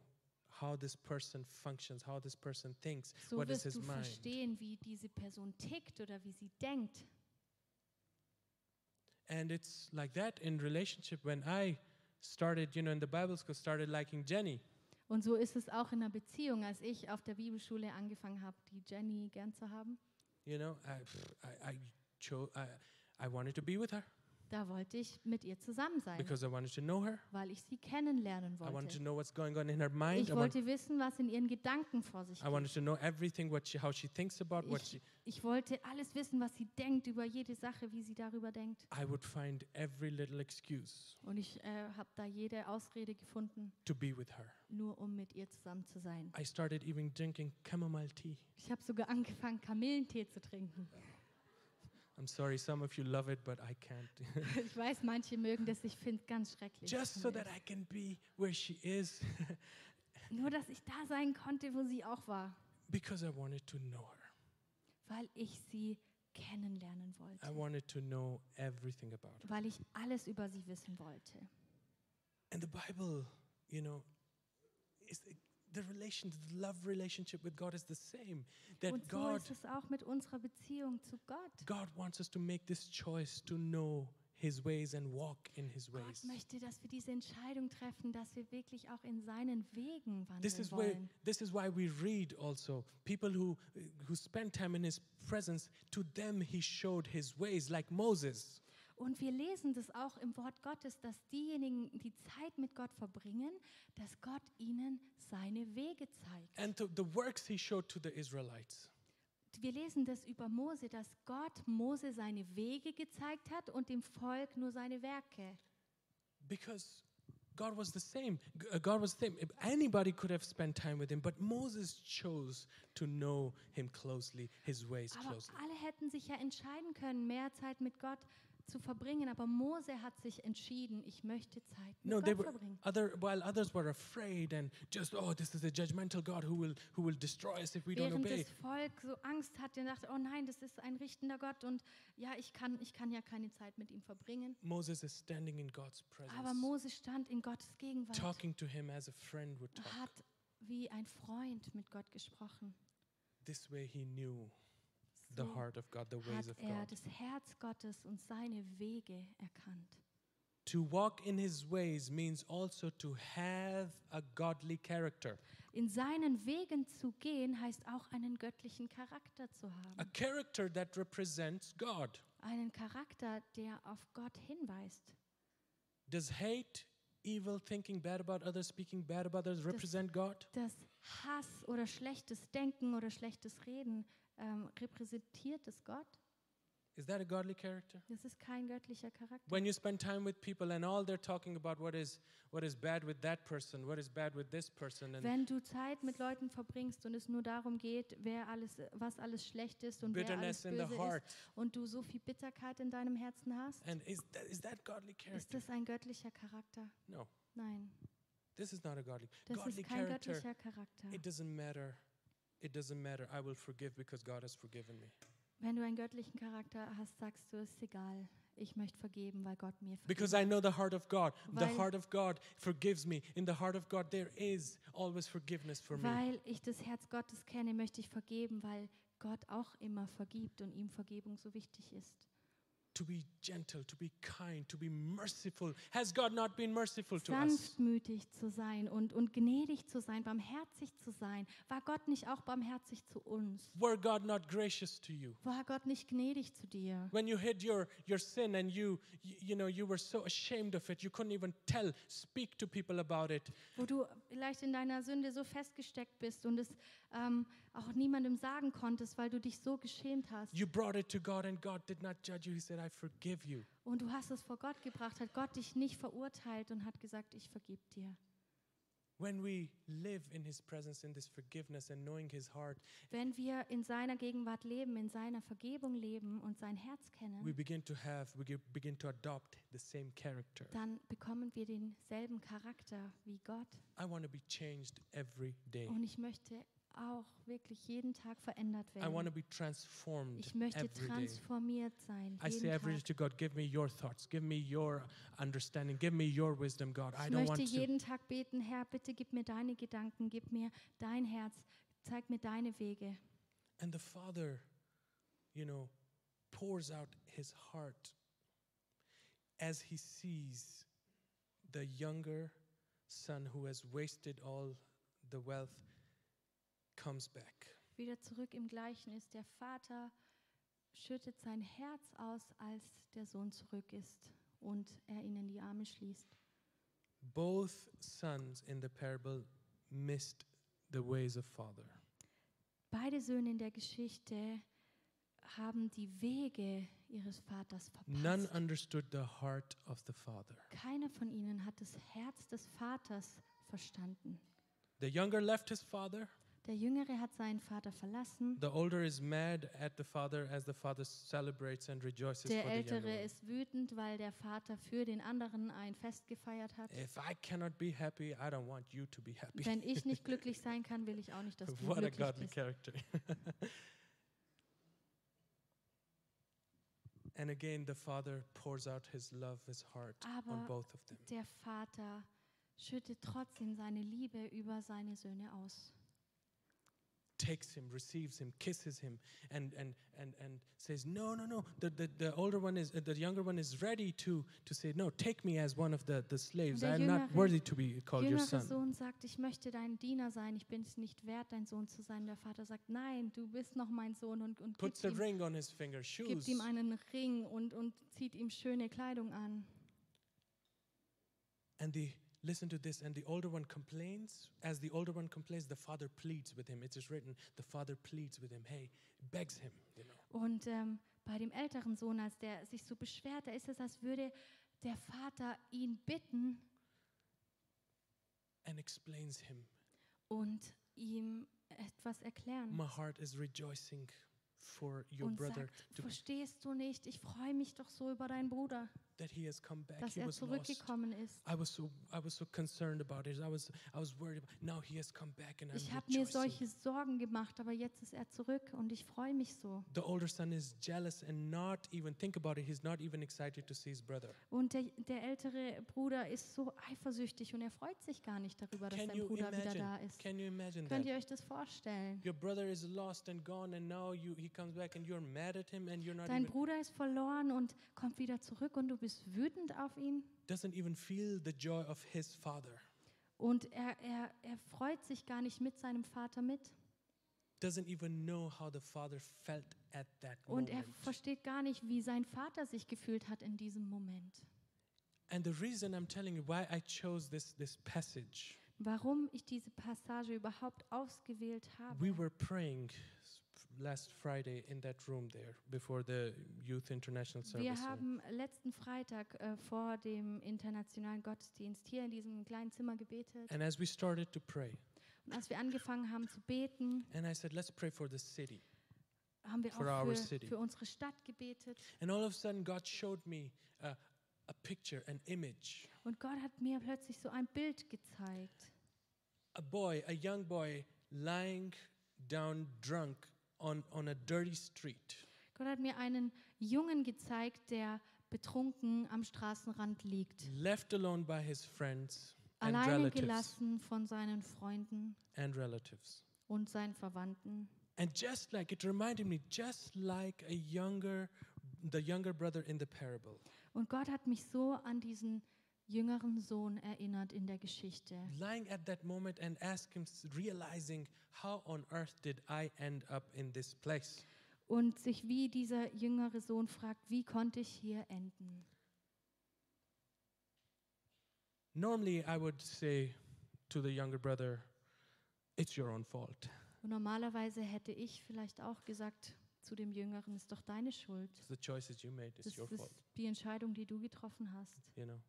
how this person functions how this person thinks So what is wirst his du mind verstehen, wie diese Person tickt oder wie sie denkt. and it's like that in relationship when i started you know in the bible school started liking jenny Und so ist es auch in einer Beziehung. Als ich auf der Bibelschule angefangen habe, die Jenny gern zu haben, You know, I, pff, I, I chose, I, I wanted to be with her Da wollte ich mit ihr zusammen sein, because I wanted to know her. weil ich sie kennenlernen I wanted to wollte. know what's going on in her mind. Ich I, want, wollte wissen, was in ihren Gedanken vor sich I geht. wanted to know everything, what she, how she thinks about what she. Ich, ich wollte alles wissen, was sie denkt, über jede Sache, wie sie darüber denkt. I would find every little excuse Und ich äh, habe da jede Ausrede gefunden, to be with her. nur um mit ihr zusammen zu sein. I started even drinking chamomile tea. Ich habe sogar angefangen, Kamillentee zu trinken. I'm sorry, some of you love it, but I can't. Ich weiß, manche mögen das, ich finde es ganz schrecklich. Just so that I can be where she is Nur, dass ich da sein konnte, wo sie auch war, because I wanted to know her. weil ich sie kennenlernen I wollte, wanted to know everything about her. weil ich alles über sie wissen wollte. And the Bible, you know, is the, the relation, the love relationship with God is the same. That Und so God, ist es auch mit unserer Beziehung zu Gott. God wants us to make this choice to know His ways and walk in His Gott ways. möchte, dass wir diese Entscheidung treffen, dass wir wirklich auch in seinen Wegen This is wandeln where, wollen. this is why we read also people who who spend time in His presence. To them, He showed His ways, like Moses. Und wir lesen das auch im Wort Gottes, dass diejenigen, die Zeit mit Gott verbringen, dass Gott ihnen seine Wege zeigt. And th- the works he showed to the Israelites. Wir lesen das über Mose, dass Gott Mose seine Wege gezeigt hat und dem Volk nur seine Werke. Because God was the same. G- uh, God was the same. If Anybody could have spent time with him, but Moses chose to know him closely, his ways Aber closely. alle hätten sich ja entscheiden können, mehr Zeit mit Gott zu verbringen. Aber Mose hat sich entschieden, ich möchte Zeit mit No, they Gott were verbringen. other while others were afraid and just oh, this is a judgmental God who will who will destroy us if we don't Während obey. das Volk so Angst hatte und dachte, oh nein, das ist ein richtender Gott und ja, ich kann, ich kann ja keine Zeit mit ihm verbringen. Moses is standing in God's Aber presence, Mose stand in Gottes Gegenwart, talking to him as a friend would talk. hat wie ein Freund mit Gott gesprochen. This way he knew the So heart of God, the ways hat of er God. das Herz Gottes und seine Wege erkannt. To walk in his ways means also to have a godly character. In seinen Wegen zu gehen, heißt auch einen göttlichen Charakter zu A haben. character that represents God. Einen Charakter, der auf Gott hinweist. Does hate, evil, thinking bad about others, speaking bad about others represent God? dass Hass oder schlechtes Denken oder schlechtes Reden ähm, repräsentiert es Gott. Is that a godly character? Das ist kein göttlicher Charakter. When you spend time with people and all they're talking about what is what is bad with that person, what is bad with this person, and Wenn du Zeit mit Leuten verbringst und es nur darum geht, wer alles, was alles schlecht ist und wer alles bitterness in böse the ist heart, und du so viel Bitterkeit in deinem Herzen hast, and is that, is that godly ist character? das ein göttlicher Charakter? No, Nein, this is not a godly. das Godly ist kein character. göttlicher Charakter. It doesn't matter. It doesn't matter. I will forgive because God has forgiven me. Wenn du einen göttlichen Charakter hast, sagst du, es ist egal, ich möchte vergeben, weil Gott mir Because I vergibt. know the heart of God. The Weil- heart of God forgives me. In the heart of God, there is always forgiveness for me. Weil ich das Herz Gottes kenne, möchte ich vergeben, weil Gott auch immer vergibt und ihm Vergebung so wichtig ist. To be gentle, to be kind, to be merciful. Has God not been merciful to us? Sanftmütig zu sein und, und gnädig zu sein, barmherzig zu sein. War Gott nicht auch barmherzig zu uns? Were God not gracious to you? War Gott nicht gnädig zu dir? When you hid your, your sin and you, you, you know, you were so ashamed of it, you couldn't even tell, speak to people about it. Wo du vielleicht in deiner Sünde so festgesteckt bist und es ähm, auch niemandem sagen konntest, weil du dich so geschämt hast. You brought it to God and God did not judge you. He said, I forgive you. Und du hast es vor Gott gebracht, hat Gott dich nicht verurteilt und hat gesagt, ich vergib dir. When we live in His presence, in this forgiveness and knowing His heart, Wenn wir in seiner Gegenwart leben, in seiner Vergebung leben und sein Herz we kennen, begin to have, we ge- begin to adopt the same character. dann bekommen wir denselben Charakter wie Gott. I want to be changed every day. Und ich möchte auch wirklich jeden Tag verändert I want werden. to be transformed Ich möchte every day. transformiert sein. I say Jeden every day Tag. to God, give me your thoughts, give me your understanding, give me your wisdom, God. I Ich don't möchte want to. jeden Tag beten, Herr, bitte gib mir deine Gedanken, gib mir dein Herz, zeig mir deine Wege. And the Father, you know, pours out his heart as he sees the younger son who has wasted all the wealth comes back. Wieder zurück im Gleichen ist der Vater, schüttet sein Herz aus, als der Sohn zurück ist und er ihn in die Arme schließt. Both sons in the parable missed the ways of Father. Beide Söhne in der Geschichte haben die Wege ihres Vaters None verpasst. understood the heart of the Father. Keiner von ihnen hat das Herz des Vaters verstanden. The younger left his father. Der Jüngere hat seinen Vater verlassen, The older is mad at the father as the father celebrates and rejoices der for the younger. Ältere one. ist wütend, weil der Vater für den anderen ein Fest gefeiert hat. If I cannot be happy, I don't want you to be happy. Wenn ich nicht glücklich sein kann, will ich auch nicht, dass du what a glücklich godly bist. character. and again, the father pours out his love, his heart on Aber both of them. Der Vater schüttet trotzdem seine Liebe über seine Söhne aus. Takes him, receives him, kisses him, and and and and says, "No, no, no." The the, the older one is, uh, the younger one is ready to to say, "No, take me as one of the the slaves. der I'm not Jüngere- worthy to be called your Jüngerer son." Sohn sagt, ich möchte dein Diener sein, ich bin es nicht wert, dein Sohn zu sein. Der Vater sagt, nein, du bist noch mein Sohn und, und Puts gibt, a ihm, ring on his finger, gibt shoes. ihm einen Ring und, und zieht ihm schöne Kleidung an. And the listen to this. And the older one complains. As the older one complains, the father pleads with him. It is written, the father pleads with him. Hey, begs him. You know, Und ähm, bei dem älteren Sohn, als der sich so beschwert, da ist es, als würde der Vater ihn bitten and explains him. und ihm etwas erklären. My heart is rejoicing for your und brother sagt, to, verstehst du nicht, ich freue mich doch so über deinen Bruder. that he has come back. dass He er was lost. zurückgekommen ist. I was so I was so concerned about it. I was I was worried. About, now he has come back, and I'm Ich habe mir rejoicing. solche Sorgen gemacht, aber jetzt ist er zurück und ich freue mich so. the older son is jealous and not even think about it. He's not even excited to see his brother. Und der, der ältere Bruder ist so eifersüchtig und er freut sich gar nicht darüber, dass Can sein you Bruder wieder imagine? da ist. Can you imagine that? Könnt ihr euch das vorstellen? Your brother is lost and gone, and now you, he comes back, and you're mad at him, and you're not Dein even, Bruder ist verloren und kommt wieder zurück und du bist wütend auf ihn. doesn't even feel the joy of his father, Und er, er, er freut sich gar nicht mit seinem Vater mit. doesn't even know how the father felt at that Und er moment. versteht gar nicht, wie sein Vater sich gefühlt hat in diesem Moment. And the reason I'm telling you why I chose this, this passage, Warum ich diese Passage überhaupt ausgewählt habe. we were praying s- last Friday in that room there before the Youth International Service. Wir haben letzten Freitag äh, vor dem internationalen Gottesdienst hier in diesem kleinen Zimmer gebetet. And as we started to pray, Und als wir angefangen haben zu beten, and I said, let's pray for the city. haben wir For auch our für, city. für unsere Stadt gebetet. And all of a sudden, God showed me uh, a picture, an image, Und Gott hat mir plötzlich so ein Bild gezeigt. a boy, a young boy, lying down drunk on, on a dirty street. Gott hat mir einen Jungen gezeigt, der betrunken am Straßenrand liegt, left alone by his friends and alleine relatives gelassen von seinen Freunden and relatives und seinen Verwandten. and just like it reminded me just like a younger the younger brother in the parable Und Gott hat mich so an diesen jüngeren Sohn erinnert in der Geschichte. lying at that moment and ask him realizing how on earth did i end up in this place Und sich wie dieser jüngere Sohn fragt, wie konnte ich hier enden? normally i would say to the younger brother it's your own fault Und normalerweise hätte ich vielleicht auch gesagt zu dem Jüngeren, ist doch deine Schuld. it's the choices you made it's Das your fault ist die Entscheidung, die du getroffen hast. you know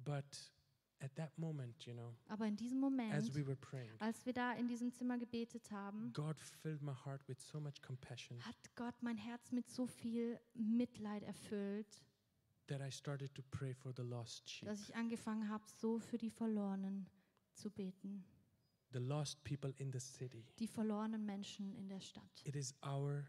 but at that moment you know Aber in as diesem we Moment, were praying als wir da in diesem Zimmer gebetet haben, God filled my heart with so much compassion hat Gott mein Herz mit so viel Mitleid erfüllt, that I started to pray for the lost sheep, dass ich angefangen habe, so für die Verlorenen zu beten. the lost people in the city. Die verlorenen Menschen in der Stadt. It is our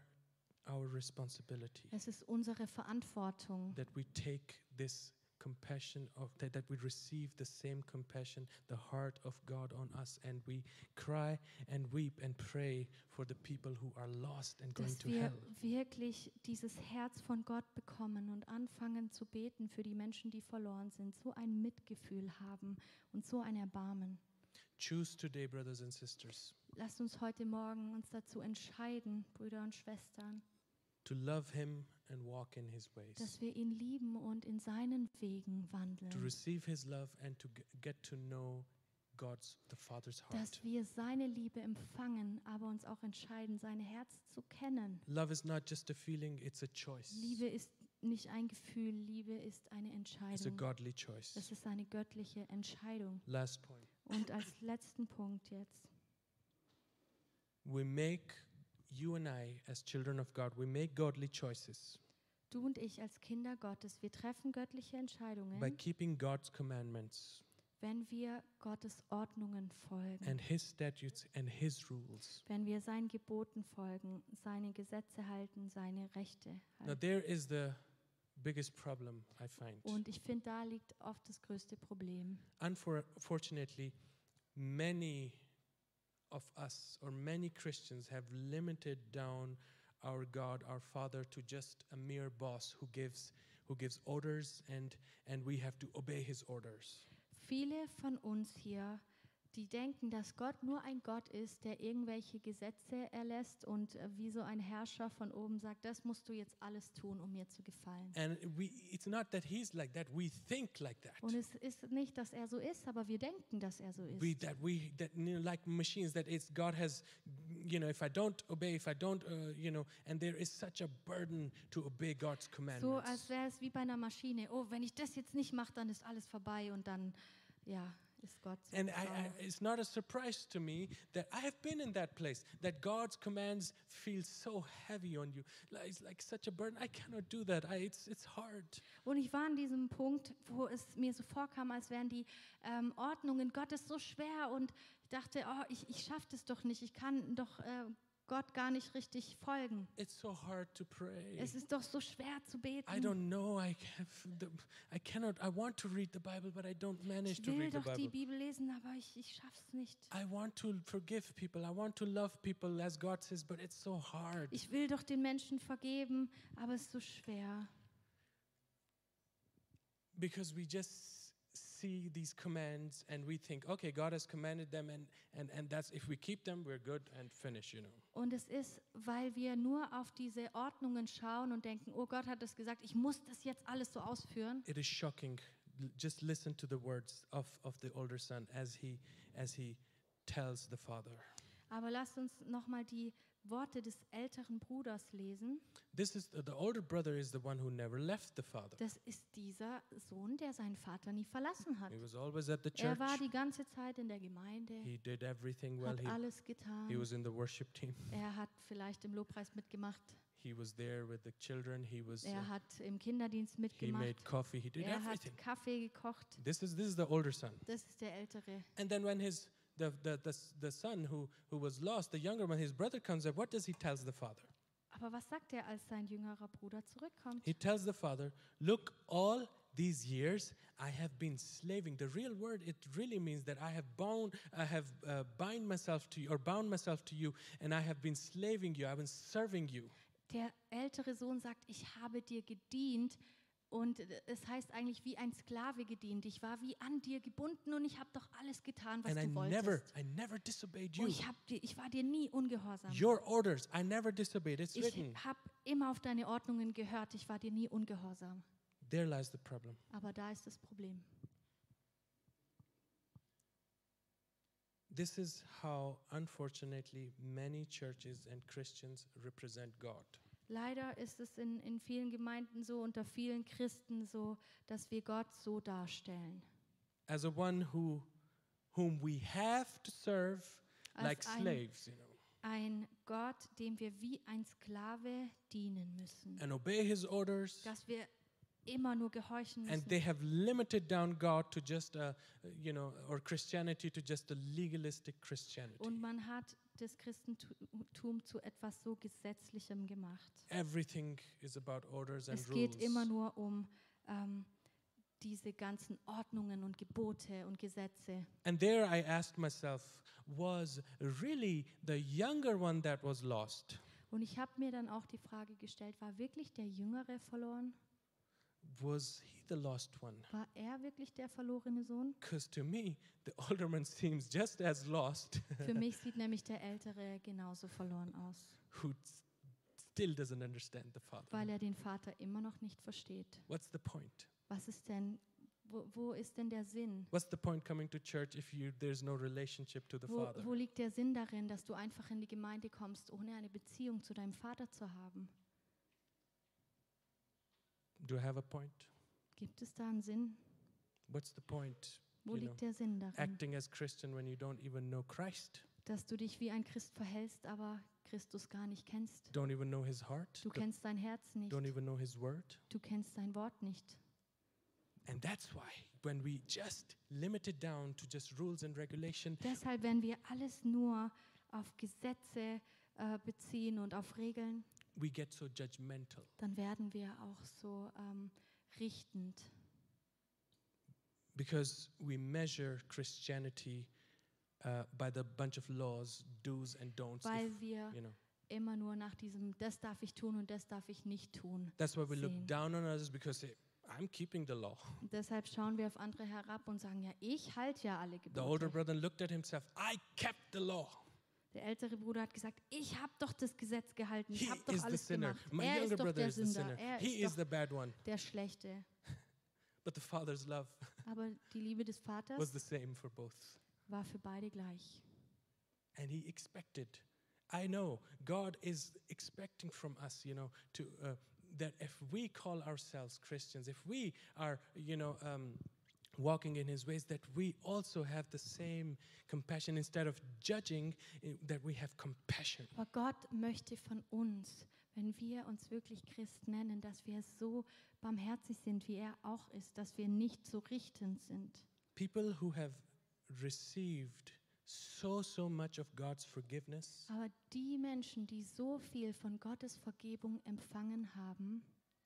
our responsibility Es ist unsere Verantwortung, that we take this compassion of that, that we receive the same compassion, the heart of God on us, and we cry and weep and pray for the people who are lost and going dass to wir hell. wirklich dieses Herz von Gott bekommen und anfangen zu beten für die Menschen, die verloren sind, so ein Mitgefühl haben und so ein Erbarmen. Choose today, brothers and sisters, Lasst uns heute Morgen uns dazu entscheiden, Brüder und Schwestern, to love Him and walk in His ways. dass wir ihn lieben und in seinen Wegen to wandeln, receive his love and to g- get to know God's the Father's heart. dass wir seine Liebe empfangen, aber uns auch entscheiden, sein Herz zu kennen. Love is not just a feeling, it's a choice. Liebe ist nicht ein Gefühl, Liebe ist eine It's a Entscheidung. godly choice. Es ist eine göttliche Entscheidung. Last point. Und als letzten Punkt jetzt. We make you and I as children of God, we make godly choices Du und ich als Kinder Gottes, wir treffen göttliche by Entscheidungen, keeping God's commandments wenn wir Gottes Ordnungen folgen, and his statutes and his rules. wenn wir seinen Geboten folgen, seine Gesetze halten, seine Rechte Now halten. there is the biggest problem I find. Und ich finde, da liegt oft das größte Problem. Unfortunately, many of us or many Christians have limited down our God, our Father, to just a mere boss who gives who gives orders and and we have to obey his orders. Viele von uns hier, die denken, dass Gott nur ein Gott ist, der irgendwelche Gesetze erlässt und äh, wie so ein Herrscher von oben sagt, das musst du jetzt alles tun, um mir zu gefallen. And we it's not that he's like that, we think like that. Und es ist nicht, dass er so ist, aber wir denken, dass er so ist. We that we that you know, like machines that it's God has you know if I don't obey if I don't uh, you know and there is such a burden to obey God's So commandments. als wäre es wie bei einer Maschine. Oh, wenn ich das jetzt nicht mache, dann ist alles vorbei und dann, ja, ist Gott so. And I, I, sauer. it's not a surprise to me that I have been in that place, that God's commands feel so heavy on you. Like, it's like such a burden. I cannot do that. I, it's, it's hard. und ich war an diesem Punkt, wo es mir so vorkam, als wären die ähm, Ordnungen Gottes so schwer und ich dachte, oh, ich, ich schaffe das doch nicht, ich kann doch äh, Gott gar nicht richtig folgen. It's so hard to pray. Es ist doch so schwer zu beten. I don't know. I, have the, I cannot. I want to read the Bible, but I don't manage ich to will read the doch die Bible. Bibel lesen, aber ich, ich schaff's nicht. I want to forgive people. I want to love people as God says, but it's so hard. Ich will doch den Menschen vergeben, aber es ist so schwer. Because we just see these commands and we think, okay, God has commanded them, and, and, and that's if we keep them, we're good and finish, you know. Und es ist, weil wir nur auf diese Ordnungen schauen und denken, oh Gott hat das gesagt, ich muss das jetzt alles so ausführen. It is shocking. L- Just listen to the words of, of the older son as he, as he tells the father. Aber lasst uns nochmal die Worte des älteren Bruders lesen. This is the, the older brother is the one who never left the father. Das ist dieser Sohn, der seinen Vater nie verlassen hat. He was always at the church. Er war die ganze Zeit in der Gemeinde, He did everything well. hat He, alles getan. he was in the worship team. Er hat vielleicht im Lobpreis mitgemacht. He was there with the children. He was. uh, Er hat im Kinderdienst he made mitgemacht. coffee. He did Er hat everything. Kaffee gekocht. This is this is the older son. Das ist der ältere. And then when his the the the, s- the son who who was lost, the younger one, his brother comes up. What does he tells the father? Aber was sagt er, als sein jüngerer Bruder zurückkommt? He tells the father, "Look, all these years I have been slaving. The real word it really means that I have bound, I have uh, bind myself to you, or bound myself to you, and I have been slaving you. I've been serving you." Der ältere Sohn sagt, ich habe dir gedient. Und es heißt eigentlich wie ein Sklave gedient. Ich war wie an dir gebunden und ich habe doch alles getan, was and I du wolltest. never, I never disobeyed oh, you. ich, hab dir, ich war dir nie ungehorsam. Your orders, I never disobeyed. It's written. Ich habe immer auf deine Ordnungen gehört. Ich war dir nie ungehorsam. There lies the problem. Aber da ist das Problem. This is how, unfortunately, many churches and Christians represent God. Leider ist es in, in vielen Gemeinden so, unter vielen Christen so, dass wir Gott so darstellen. As a one who, whom we have to serve Als like ein- slaves, you know, Ein Gott, dem wir wie ein Sklave dienen müssen. and obey his orders. Dass wir immer nur gehorchen And müssen. they have limited down God to just, a, you know, or Christianity to just a legalistic Christianity. Und man hat das Christentum zu etwas so Gesetzlichem gemacht. Everything is about orders and Es rules. geht immer nur um ähm, diese ganzen Ordnungen und Gebote und Gesetze. And there I asked myself, was really the younger one that was lost? Und ich habe mir dann auch die Frage gestellt, war wirklich der Jüngere verloren? Was he the lost one? War er wirklich der verlorene Sohn? Because to me, the older man seems just as lost, Für mich sieht nämlich der Ältere genauso verloren aus, who s- still doesn't understand the weil father. er den Vater immer noch nicht versteht. What's the point? Was ist denn, wo, wo ist denn der Sinn? What's the point coming to church if you there's no relationship to the Wo, father? wo liegt der Sinn darin, dass du einfach in die Gemeinde kommst, ohne eine Beziehung zu deinem Vater zu haben? Do I have a point? Gibt es da einen Sinn? What's the point? Wo You liegt der Sinn darin, Acting as Christian when you don't even know Christ, dass du dich wie ein Christ verhältst, aber Christus gar nicht kennst? don't even know his heart, Du don't- kennst sein Herz nicht. don't even know his word. Du kennst sein Wort nicht. And that's why when we just limit it down to just rules and regulation, Deshalb, wenn wir alles nur auf Gesetze äh, beziehen und auf Regeln, we get so judgmental. dann werden wir auch so ähm, richtend, because we measure Christianity uh, by the bunch of laws, do's and don'ts. if, weil wir you know, immer nur nach diesem, das darf ich tun und das darf ich nicht tun. that's why we sehen. look down on others because eh, I'm keeping the law. Und deshalb schauen wir auf andere herab und sagen, ja, ich halte ja alle The older Gebote. brother looked at himself. I kept the law. Der ältere Bruder hat gesagt, ich habe doch das Gesetz gehalten, He ich habe is doch the alles sinner. gemacht. My Er younger ist doch brother der is the Sünder, sinner. er He is ist the doch bad one. der Schlechte. But the father's love Aber die Liebe des was Vaters the same for both. war für beide gleich. And he expected. I know God is expecting from us, you know, to uh, that if we call ourselves Christians, if we are, you know, um, walking in His ways, that we also have the same compassion instead of judging, eh, that we have compassion. Aber Gott möchte von uns, wenn wir uns wirklich Christ nennen, dass wir so barmherzig sind, wie er auch ist, dass wir nicht so richtend sind. People who have received so so much of God's forgiveness Aber die Menschen, die so viel von Gottes Vergebung empfangen haben,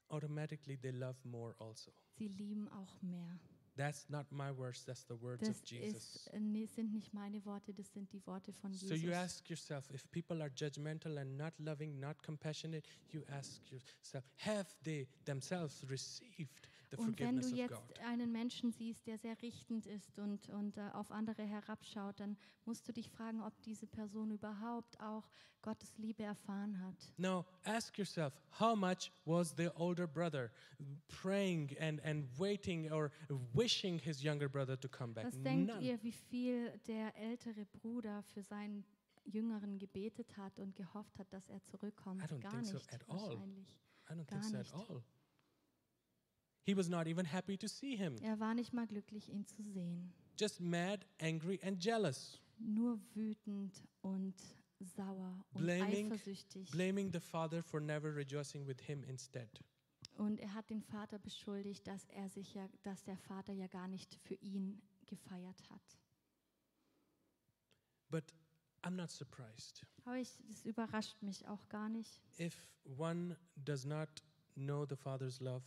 automatically they love more also. sie lieben auch mehr. That's not my words. That's the words Das of Jesus. ist, äh, nee, sind nicht meine Worte, das sind die Worte von So you Jesus. ask yourself if people are judgmental and not loving, not compassionate, you ask yourself, have they themselves received the Und wenn du forgiveness of jetzt God. einen Menschen siehst, der sehr richtend ist und, und äh, auf andere herabschaut, dann musst du dich fragen, ob diese Person überhaupt auch Gottes Liebe erfahren hat. Now, ask yourself, how much was the older brother praying and, and waiting or wishing his younger brother to come back? Was denkt None. ihr, wie viel der ältere Bruder für seinen Jüngeren gebetet hat und gehofft hat, dass er zurückkommt? I don't Gar think so nicht at all. wahrscheinlich. I don't Gar think so at nicht. all. He was not even happy to see him, Er war nicht mal glücklich, ihn zu sehen. just mad, angry, and jealous, Nur wütend und sauer und Blaming- eifersüchtig. blaming the father for never rejoicing with him instead. Und er hat den Vater beschuldigt, dass er sich ja, dass der Vater ja gar nicht für ihn gefeiert hat. But I'm not surprised. Aber ich, das überrascht mich auch gar nicht, If one does not know the father's love,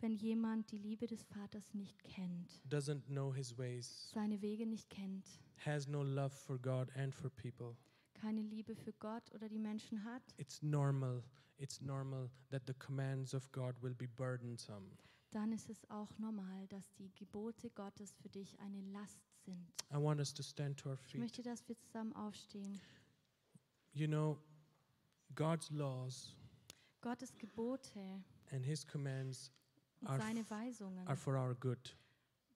wenn jemand die Liebe des Vaters nicht kennt, doesn't know his ways, seine Wege nicht kennt, has no love for God and for people, keine Liebe für Gott oder die Menschen hat, it's normal. It's normal that the commands of God will be burdensome. dann ist es auch normal, dass die Gebote Gottes für dich eine Last sind. I want us to stand to our Ich feet. möchte, dass wir zusammen aufstehen. You know, God's laws Gottes Gebote and his commands und Are seine f- Weisungen, are for our good.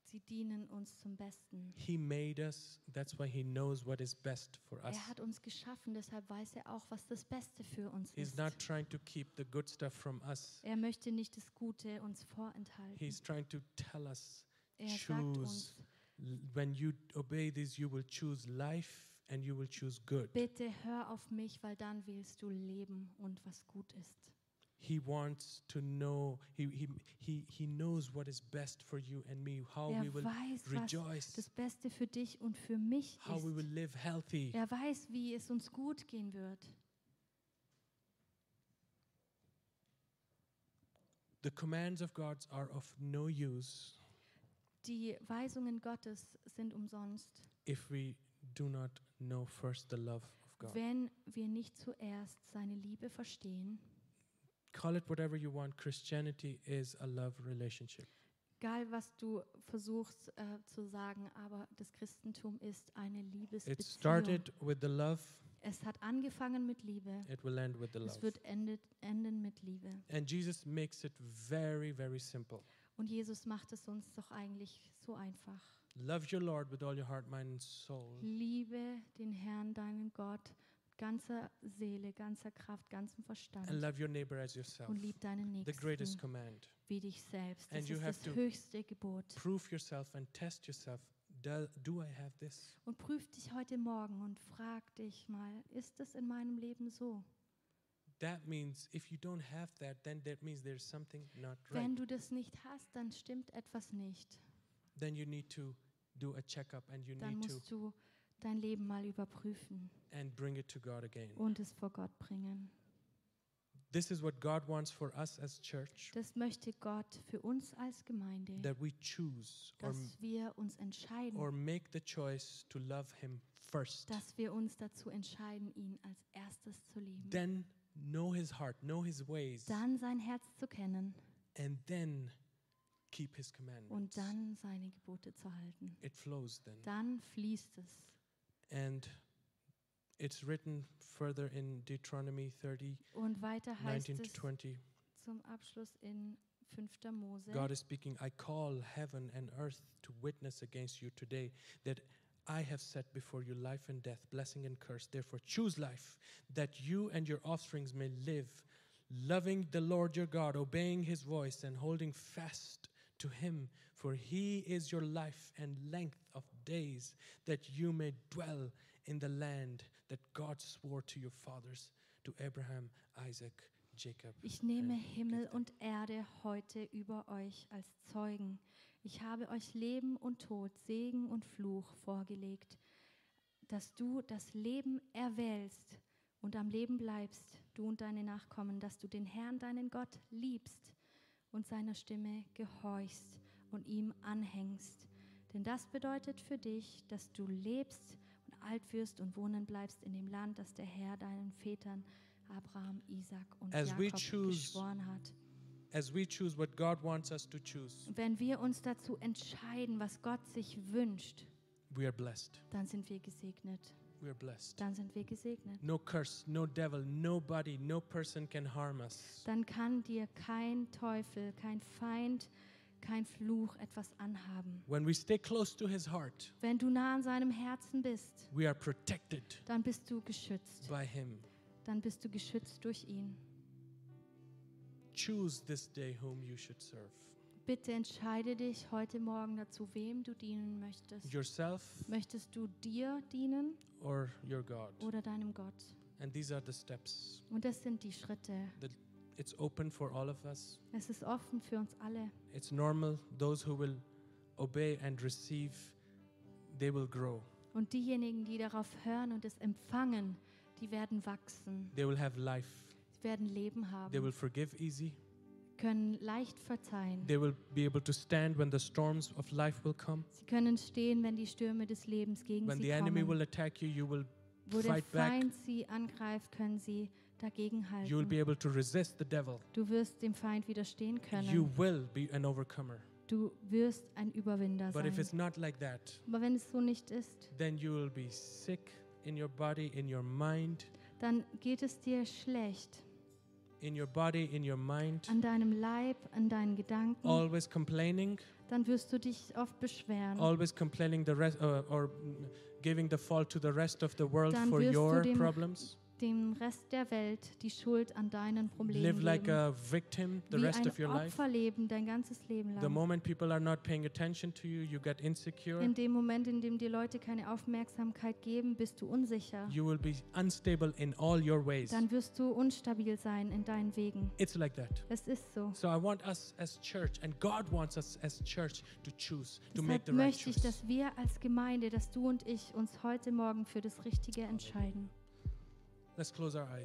sie dienen uns zum Besten. He made us, that's why he knows what is best for us. Er hat uns geschaffen, deshalb weiß er auch, was das Beste für uns He's ist. not trying to keep the good stuff from us. Er möchte nicht das Gute uns vorenthalten. He's trying to tell us er sagt uns, l- when you obey this, you will choose life and you will choose good. bitte hör auf mich, weil dann wählst du Leben und was gut ist. He wants to know, he, he, he, he knows what is best for you and me, how we er will weiß, was rejoice, das Beste für dich und für mich how we will ist. live healthy. Er weiß, wie es uns gut gehen wird. The commands of God are of no use Die Weisungen Gottes sind umsonst, if we do not know first the love of God. wenn wir nicht zuerst seine Liebe verstehen. Call it whatever you want. Christianity is a love relationship. Egal, was du versuchst äh, zu sagen, aber das Christentum ist eine It Liebesbeziehung. started with the love, Es hat angefangen mit Liebe. it will end with the love. Es wird endet, enden mit Liebe. And Jesus makes it very, very simple. Und Jesus macht es uns doch eigentlich so einfach. Love your Lord with all your heart, mind, and soul. Liebe den Herrn, deinen Gott, mit ganzer Seele, ganzer Kraft, ganzem And Verstand. love your neighbor as yourself. Und lieb deinen The greatest Nächsten command. wie dich selbst. Das And you ist have to- das höchste Gebot. Prove yourself and test yourself. Do, do I have this? Und prüf dich heute Morgen und frag dich mal, ist es in meinem Leben so? That means if you don't have that, then that means there's something not right. Wenn du das nicht hast, dann stimmt etwas nicht. Then you need to do a checkup and you Dann need to musst du dein Leben mal überprüfen and bring it to God again. und es vor Gott bringen. This is what God wants for us as church Das möchte Gott für uns als Gemeinde, that we choose or, dass wir uns or entscheiden, make the choice to love Him first. dass wir uns dazu entscheiden, ihn als erstes zu lieben, Then know His heart, know His ways, dann sein Herz zu kennen and then keep His commandments. und dann seine Gebote zu halten. It flows then. Dann fließt es. And it's written further in Deuteronomy 30, Und weiter heißt 19 es to 20. zum Abschluss in 5. Mose, God is speaking, I call heaven and earth to witness against you today that I have set before you life and death, blessing and curse. Therefore, choose life, that you and your offsprings may live, loving the Lord your God, obeying his voice, and holding fast to him. For he is your life and length of days, that you may dwell in the land that God swore to your fathers, to Abraham, Isaac, Jacob. ich nehme and give Himmel them." und Erde heute über euch als Zeugen. Ich habe euch Leben und Tod, Segen und Fluch vorgelegt, dass du das Leben erwählst und am Leben bleibst, du und deine Nachkommen, dass du den Herrn, deinen Gott, liebst und seiner Stimme gehorchst und ihm anhängst. Denn das bedeutet für dich, dass du lebst und alt wirst und wohnen bleibst in dem Land, das der Herr deinen Vätern Abraham, Isaac und As we Jakob choose geschworen hat. as we choose what God wants us to choose, Wenn wir uns dazu entscheiden, was Gott sich wünscht, we are blessed. dann sind wir gesegnet. We are blessed. Dann sind wir gesegnet. No curse, no devil, nobody, no person can harm us. Dann kann dir kein Teufel, kein Feind, kein Fluch etwas anhaben. When we stay close to his heart, Wenn du nah an seinem Herzen bist, we are protected dann bist du geschützt. by him. Dann bist du geschützt durch ihn. Choose this day whom you should serve Bitte entscheide dich heute Morgen dazu, wem du dienen möchtest. yourself Möchtest du dir dienen or your God. oder deinem Gott? And these are the steps. Und das sind die Schritte. It's open for all of us. Es ist offen für uns alle. It's normal. Those who will obey and receive, they will grow. Und diejenigen, die darauf hören und es empfangen, die werden wachsen, They will have life. sie werden Leben They haben, will forgive easy. können leicht verzeihen. They will be able to stand when the storms of life will come. Sie können stehen, wenn die Stürme des Lebens gegen When sie the enemy kommen. will attack you, you will Wo der fight back. Feind sie angreift, können sie dagegen You will be halten. able to resist the devil. Du wirst dem Feind widerstehen You können. will be an overcomer. Du wirst ein Überwinder But if sein. it's not like that, Aber wenn es so nicht ist, then you will be sick in your body, in your mind, dann geht es dir schlecht. in your body, in your mind. An deinem Leib, an deinen Gedanken, Always complaining, dann wirst du dich oft beschweren. always complaining the rest uh, or mm, giving the fault to the rest of the world Dann for wirst du your dem problems. Dem Rest der Welt die Schuld an deinen Problemen Live like geben. a victim the Wie rest ein of your life. Opfer leben dein ganzes Leben The lang. moment people are not paying attention to you, you get insecure. In dem Moment, in dem die Leute keine Aufmerksamkeit geben, bist du unsicher. You will be unstable in all your ways. Dann wirst du unstabil sein in deinen Wegen. It's like that. Es ist so. So I want us as church, and God wants us as church to choose, to make Deshalb the right möchte ich, choice. dass wir als Gemeinde, dass du und ich uns heute Morgen für das Richtige entscheiden. Let's close our eyes.